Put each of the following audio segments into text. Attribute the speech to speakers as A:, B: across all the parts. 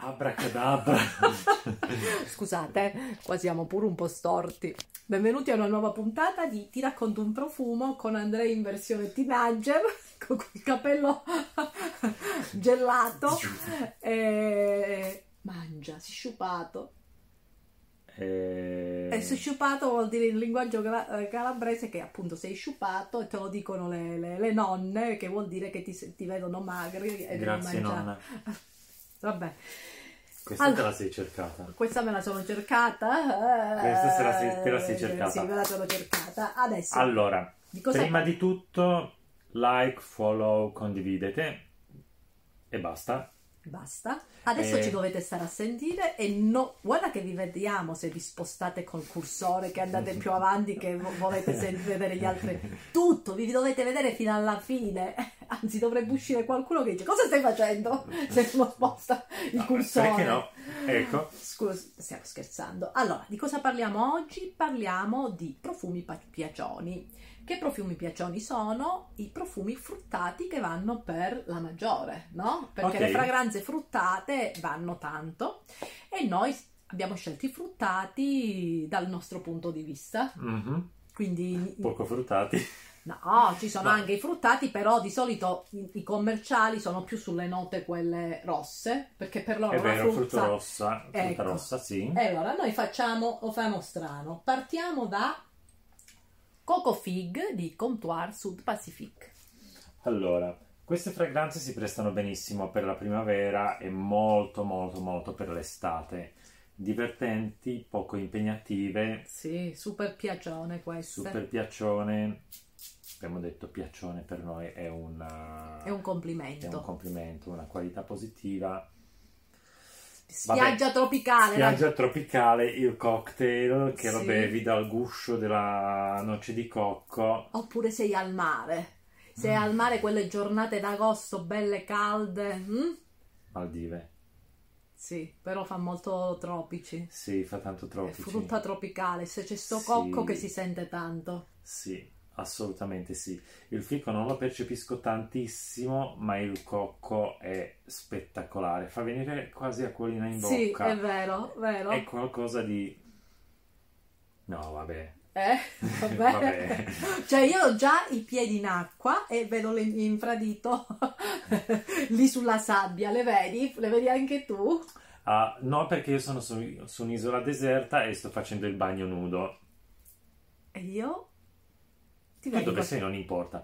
A: Abracadabra.
B: Scusate, eh, qua siamo pure un po' storti. Benvenuti a una nuova puntata di Ti racconto un profumo con Andrei in versione teenager, con il capello gelato e mangia, si è sciupato.
A: Eh,
B: E si è sciupato vuol dire in linguaggio cala- eh, calabrese che appunto sei sciupato e te lo dicono le, le- le nonne, che vuol dire che ti, ti vedono magri e devi
A: Grazie
B: mangiare.
A: nonna.
B: Vabbè.
A: Questa
B: Allora.
A: te la sei cercata.
B: Questa me la sono cercata. eh.
A: Questa se la sei- te la sei cercata.
B: Sì, me la sono cercata. Adesso,
A: Allora,
B: di cosa
A: prima
B: parli?
A: di tutto like, follow, condividete e basta.
B: Basta. Adesso
A: Eh.
B: ci dovete stare a sentire e no, guarda che vi vediamo se vi spostate col cursore, che andate più avanti, che vo- volete sen- vedere gli altri. Tutto, vi dovete vedere fino alla fine. Anzi, dovrebbe uscire qualcuno che dice cosa stai facendo se uno sposta il
A: No,
B: cursore.
A: perché no? Ecco.
B: Scusa, stiamo scherzando. Allora, di cosa parliamo oggi? Parliamo di profumi pa- piacioni. Che profumi piacioni sono? I profumi fruttati che vanno per la maggiore, no? Perché
A: Ok.
B: le fragranze fruttate vanno tanto e noi abbiamo scelto i fruttati dal nostro punto di vista.
A: Mhm.
B: Quindi
A: Poco fruttati.
B: No, ci sono
A: No.
B: anche i fruttati, però di solito i, i commerciali sono più sulle note quelle rosse, perché per loro
A: È
B: la
A: vero, frutta
B: frutta
A: rossa. Frutta
B: Ecco.
A: rossa, sì.
B: e allora noi facciamo, lo facciamo strano. Partiamo da Coco Fig di Comptoir Sud Pacific.
A: Allora, queste fragranze si prestano benissimo per la primavera e molto molto molto per l'estate. Divertenti, poco impegnative,
B: Sì, super piacione questa.
A: super piaccione. Abbiamo detto piaccione per noi è una-
B: È un
A: è un
B: complimento.
A: complimento, una qualità positiva.
B: Spiaggia tropicale.
A: Spiaggia tropicale, il cocktail che lo
B: Ah, Sì.
A: bevi dal guscio della noce di cocco.
B: la- Oppure sei al mare. Sei
A: Mm.
B: al mare quelle giornate d'agosto belle calde. mm?
A: Maldive.
B: Sì, però fa molto tropici.
A: Sì, fa tanto
B: È
A: tropici.
B: frutta tropicale. Se c'è sto
A: Sì.
B: cocco che si sente tanto.
A: Sì, assolutamente sì. Il fico non lo percepisco tantissimo, ma il cocco è spettacolare. Fa venire quasi acquolina in
B: Sì,
A: bocca.
B: è vero, vero.
A: È qualcosa di... No, vabbè.
B: Eh, vabbè.
A: Vabbè.
B: Cioè, io ho già i piedi in acqua e vedo le- l'infradito lì sulla sabbia, le vedi? Le vedi anche tu?
A: Ah, no, perché io sono su, su un'isola deserta e sto facendo il bagno nudo.
B: E io? Ti
A: Tu
B: vedo
A: dove sei non importa.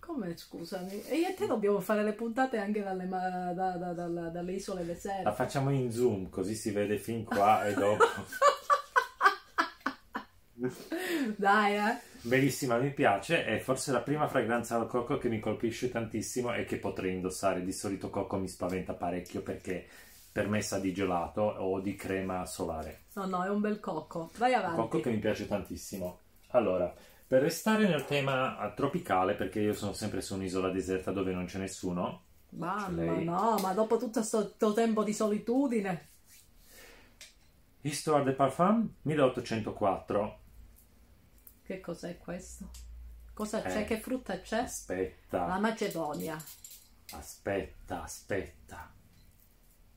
B: Come, scusami? E io e te dobbiamo fare le puntate anche dalle, ma- da- da- dalla- dalle isole
A: La
B: deserte.
A: facciamo in zoom, così si vede fin Ah, qua e dopo.
B: Dai, eh.
A: Bellissima, mi piace. È forse la prima fragranza al cocco che mi colpisce tantissimo e che potrei indossare. Di solito cocco mi spaventa parecchio perché per me sa di gelato o di crema solare.
B: No, no, è un bel cocco. Vai
A: Un
B: avanti.
A: cocco che mi piace tantissimo. Allora, per restare nel tema ah, tropicale, perché io sono sempre su un'isola deserta dove non c'è nessuno,
B: Mamma,
A: Lei.
B: no, ma dopo tutto questo tempo di solitudine.
A: Histoire de Parfum 1804.
B: Che cos'è questo? Cosa
A: Eh. Ah.
B: c'è? Che frutta c'è? La
A: Aspetta,
B: Macedonia.
A: aspetta, aspetta.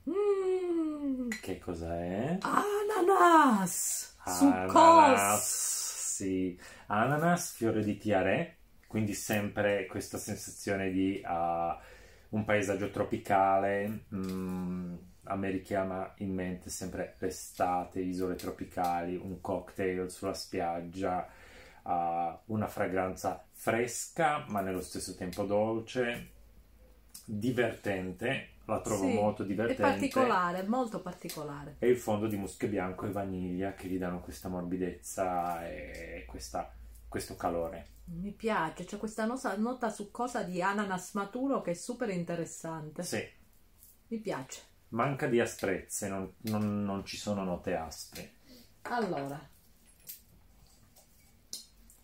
B: Mm.
A: Che cos'è?
B: Ananas!
A: Ah, Ananas,
B: Succos!
A: sì. Ananas, fiore di tiare, quindi sempre questa sensazione di ah, un paesaggio tropicale. mm, a me richiama in mente sempre l'estate, isole tropicali, un cocktail sulla spiaggia, ah, una fragranza fresca ma nello stesso tempo dolce, divertente, la trovo
B: Sì,
A: molto
B: È
A: divertente
B: particolare, molto particolare.
A: e il fondo di muschio bianco e vaniglia che gli danno questa morbidezza e questa- questo calore.
B: Mi piace, c'è questa nosa- nota succosa di ananas maturo che è super interessante.
A: Sì,
B: Mi piace.
A: manca di asprezze, non, non- non ci sono note aspre.
B: Allora,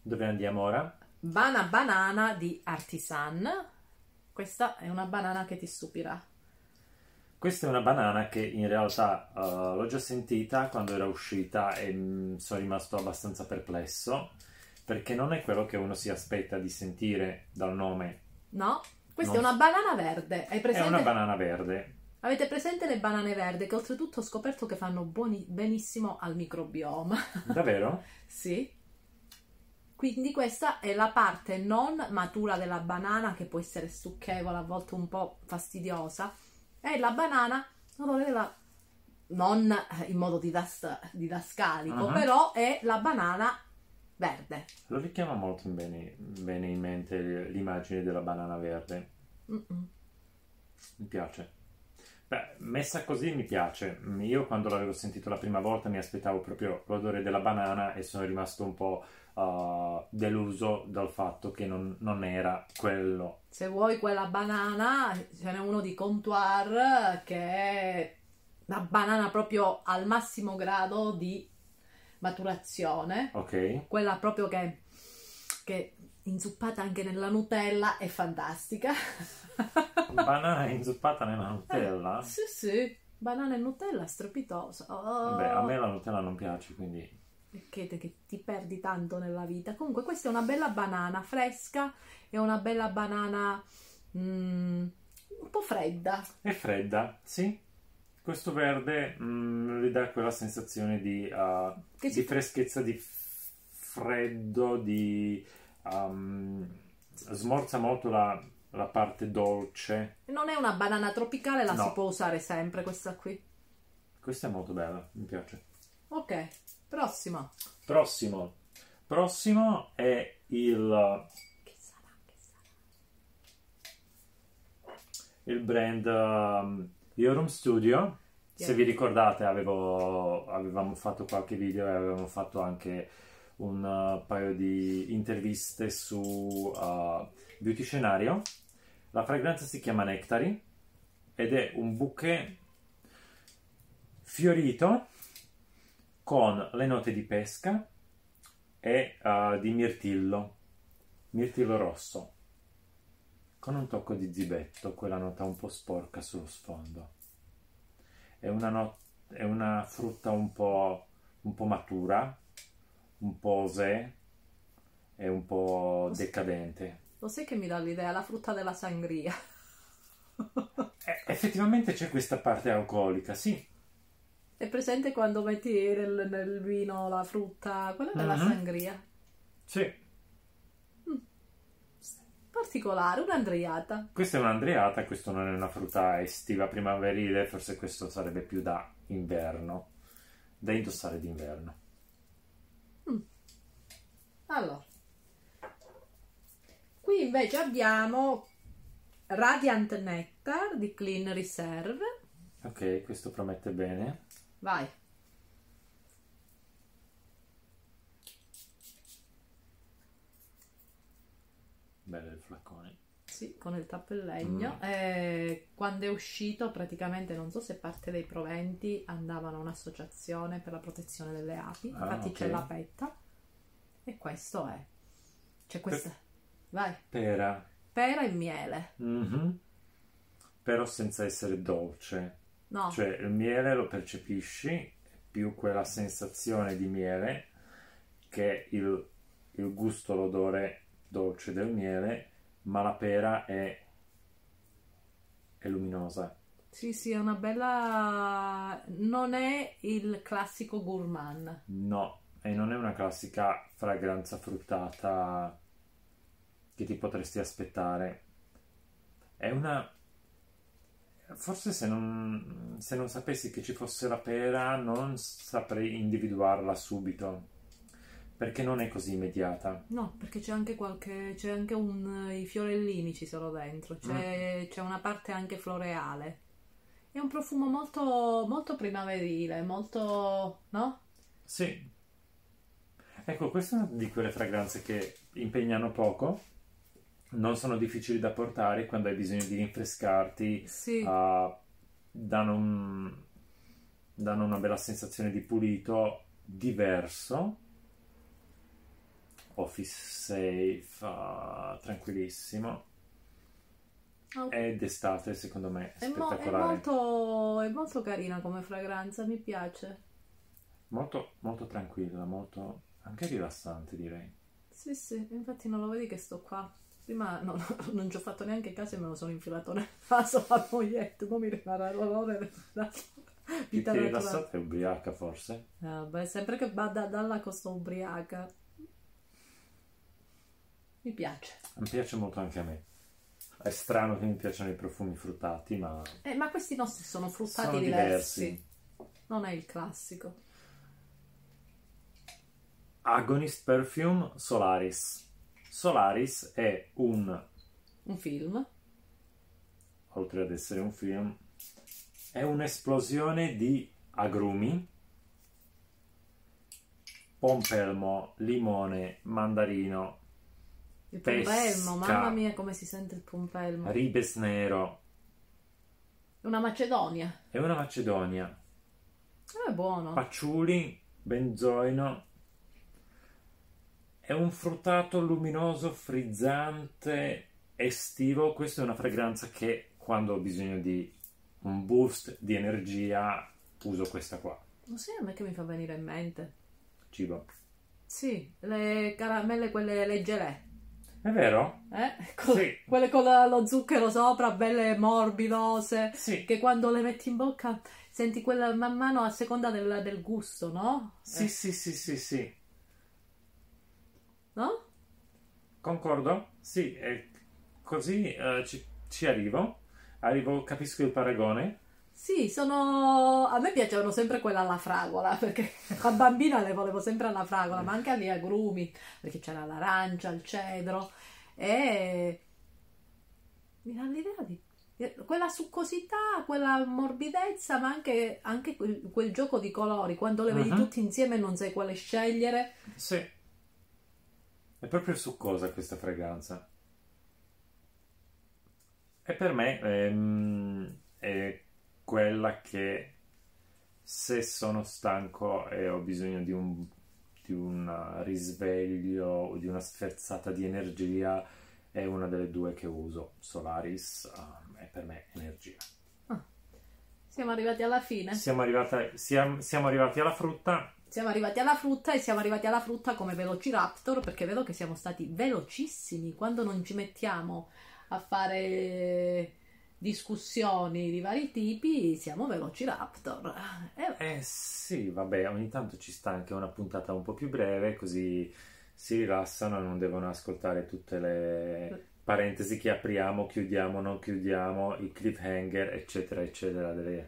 A: Dove andiamo ora?
B: Bana Banana di Artisan. Questa è una banana che ti stupirà.
A: Questa è una banana che in realtà eh, l'ho già sentita quando era uscita e mm, sono rimasto abbastanza perplesso perché non è quello che uno si aspetta di sentire dal nome.
B: No? Questa
A: Non
B: è una banana verde. Hai
A: È
B: presente?
A: una banana verde.
B: Avete presente le banane verde che oltretutto ho scoperto che fanno buoni- benissimo al microbioma?
A: Davvero?
B: Sì. Quindi questa è la parte non matura della banana che può essere stucchevole, a volte un po' fastidiosa. È la banana non aveva- non eh, in modo didas- didascalico,
A: Ah.
B: però è la banana verde.
A: Lo richiama molto in bene, bene in mente l'immagine della banana verde.
B: Mm-mm.
A: Mi piace. Beh, messa così mi piace. Mm, Io quando l'avevo sentito la prima volta mi aspettavo proprio l'odore della banana e sono rimasto un po' eh, deluso dal fatto che non, non era quello.
B: Se vuoi quella banana, ce n'è uno di Contour che è la banana proprio al massimo grado di maturazione.
A: Ok?
B: quella proprio che, che inzuppata anche nella Nutella è fantastica.
A: Banana inzuppata nella Nutella?
B: sì, sì, banana e Nutella strepitosa. Oh,
A: Vabbè, a me la Nutella non piace, quindi...
B: Che, che ti perdi tanto nella vita. Comunque, questa è una bella banana fresca e una bella banana mm, un po' fredda.
A: È fredda, sì? Questo verde mm, gli dà quella sensazione di... eh,
B: Che
A: di
B: ci
A: freschezza, di f- freddo, di um, smorza molto la, la parte dolce.
B: Non è una banana tropicale, la
A: No.
B: si può usare sempre questa qui.
A: Questa è molto bella, mi piace.
B: Ok, prossima.
A: Prossimo. Prossimo è il,
B: Che sarà? Che sarà?
A: il brand um, Yorum Studio. Se vi ricordate, avevo- avevamo fatto qualche video e avevamo fatto anche un uh, paio di interviste su uh, Beauty Scenario. La fragranza si chiama Nectary ed è un bouquet fiorito con le note di pesca e uh, di mirtillo, mirtillo rosso, con un tocco di zibetto, quella nota un po' sporca sullo sfondo. È una, no- è una frutta un po', un po' matura, un po' osè e un po' decadente.
B: Lo sai che mi dà l'idea? La frutta della sangria.
A: Eh, effettivamente c'è questa parte alcolica, sì.
B: È presente quando metti nel, nel vino la frutta, quella della
A: Mhm.
B: sangria.
A: Sì.
B: Particolare, un'andriata.
A: Questa è un'andreata, questo non è una frutta estiva primaverile, forse questo sarebbe più da inverno, da indossare d'inverno.
B: Allora, qui invece abbiamo Radiant Nectar di Clean Reserve.
A: Ok, questo promette bene.
B: Vai.
A: Bello il flaccone.
B: Sì, con il
A: Mm.
B: tappellegno. Eh, quando è uscito, praticamente non so se parte dei proventi andavano a un'associazione per la protezione delle api.
A: Ah,
B: Infatti c'è
A: ok.
B: la petta. E questo è. C'è questa. Vai.
A: Pera.
B: Pera e miele.
A: Mhm. Però senza essere dolce.
B: No,
A: Cioè il miele lo percepisci, più quella sensazione di miele che il, il gusto, l'odore dolce del miele, ma la pera è, è luminosa.
B: sì, sì, è una bella. Non è il classico gourmand.
A: No, e non è una classica fragranza fruttata che ti potresti aspettare. È una... Forse se non, se non sapessi che ci fosse la pera, non saprei individuarla subito, perché non è così immediata.
B: No, perché c'è anche qualche. c'è anche un. eh, i fiorellini ci sono dentro, c'è,
A: Mm.
B: c'è una parte anche floreale. È un profumo molto, molto primaverile, molto. no?
A: Sì. Ecco, questa è una di quelle fragranze che impegnano poco, non sono difficili da portare quando hai bisogno di rinfrescarti.
B: Sì,
A: Ah, danno, un- danno una bella sensazione di pulito diverso. Office safe, ah, tranquillissimo.
B: Oh.
A: Ed estate, secondo me,
B: è, mo- è
A: Ah, spettacolare. molto...
B: molto. è molto carina come fragranza, mi piace.
A: molto, tranquilla, molto anche rilassante, direi.
B: Sì, sì, infatti non lo vedi che sto qua Prima no, no, non ci ho fatto neanche caso e me lo sono infilato nel naso la moglietta, non mi rimarrà l'olore della
A: Ti
B: vita
A: tieni
B: naturale.
A: rilassata e ubriaca forse?
B: Vabbè, Eh, sempre che bada dalla costa ubriaca. Mi piace.
A: Mi piace molto anche a me. È strano che mi piacciono i profumi fruttati, ma
B: Eh, ma questi nostri sono fruttati
A: sono
B: diversi.
A: diversi.
B: Non è il classico.
A: Agonist Perfume Solaris. Solaris è un,
B: Un film.
A: oltre ad essere un film, è un'esplosione di agrumi, pompelmo, limone, mandarino,
B: Il
A: Pesca. Eh.
B: pompelmo, mamma mia come si sente il pompelmo. È
A: ribes nero.
B: Una Macedonia.
A: È una macedonia.
B: Eh, È buono.
A: Paciuli, benzoino. È un fruttato luminoso, frizzante, estivo. Questa è una fragranza che quando ho bisogno di un boost di energia uso questa qua.
B: Non sai a me che mi fa venire in mente.
A: Cibo.
B: Sì, le caramelle quelle leggere.
A: È vero?
B: Eh? Con-
A: Sì.
B: Quelle con la- lo zucchero sopra, belle morbidose.
A: Sì.
B: Che quando le metti in bocca senti quella man mano a seconda del, del gusto, no?
A: Sì,
B: Eh,
A: sì, sì, sì, sì.
B: no?
A: Concordo? Sì, è così eh, ci, ci arrivo. Arrivo, capisco il paragone.
B: Sì, sono... a me piacevano sempre quella alla fragola, perché da bambina le volevo sempre alla fragola, ma anche agli agrumi, perché c'era l'arancia, il cedro, e mi dà l'idea di... eh, Quella succosità, quella morbidezza, ma anche, anche quel, quel gioco di colori, quando le vedi
A: Mhm.
B: tutti insieme e non sai quale scegliere.
A: Sì. È proprio succosa questa fragranza. E per me ehm, è quella che se sono stanco e ho bisogno di un, di un risveglio o di una sferzata di energia, è una delle due che uso. Solaris ehm, è per me energia.
B: Siamo arrivati alla fine.
A: Siamo, arrivata- siamo- siamo arrivati alla frutta.
B: Siamo arrivati alla frutta e siamo arrivati alla frutta come Velociraptor perché vedo che siamo stati velocissimi quando non ci mettiamo a fare discussioni di vari tipi, siamo Velociraptor. Eh,
A: Eh sì, vabbè, ogni tanto ci sta anche una puntata un po' più breve, così si rilassano e non devono ascoltare tutte le parentesi che apriamo, chiudiamo, non chiudiamo, i cliffhanger, eccetera, eccetera, delle
B: è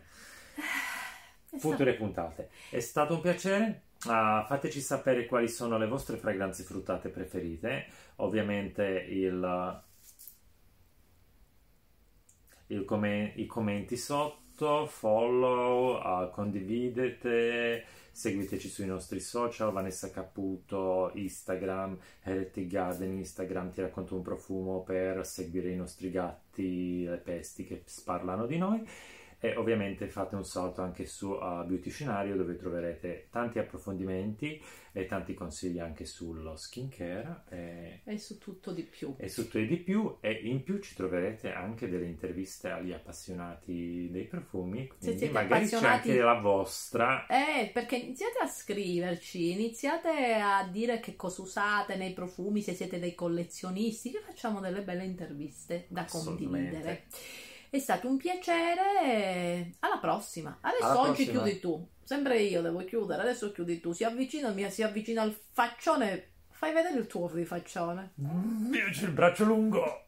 B: stato-
A: future puntate. È stato un piacere. Ah, fateci sapere quali sono le vostre fragranze fruttate preferite. Ovviamente il, il come- i commenti sotto, follow, ah, condividete, seguiteci sui nostri social, Vanessa Caputo, Instagram, Heretic Garden, Instagram ti racconto un profumo per seguire i nostri gatti, le pesti che sparlano di noi. E ovviamente fate un salto anche su uh, Beauty Scenario dove troverete tanti approfondimenti e tanti consigli anche sullo skincare e,
B: E su tutto di più.
A: e su tutto e di più e in più ci troverete anche delle interviste agli appassionati dei profumi, quindi
B: siete
A: magari
B: appassionati-
A: c'è anche la vostra.
B: Eh, perché iniziate a scriverci, iniziate a dire che cosa usate nei profumi, se siete dei collezionisti, che facciamo delle belle interviste da
A: Assolutamente.
B: condividere. È stato un piacere, alla prossima. Adesso
A: Alla
B: oggi
A: prossima.
B: chiudi tu, sempre io devo chiudere, adesso chiudi tu, si avvicina, mi si avvicina al faccione, fai vedere il tuo rifaccione. Mm-hmm.
A: Mm, Dio, c'è il braccio lungo!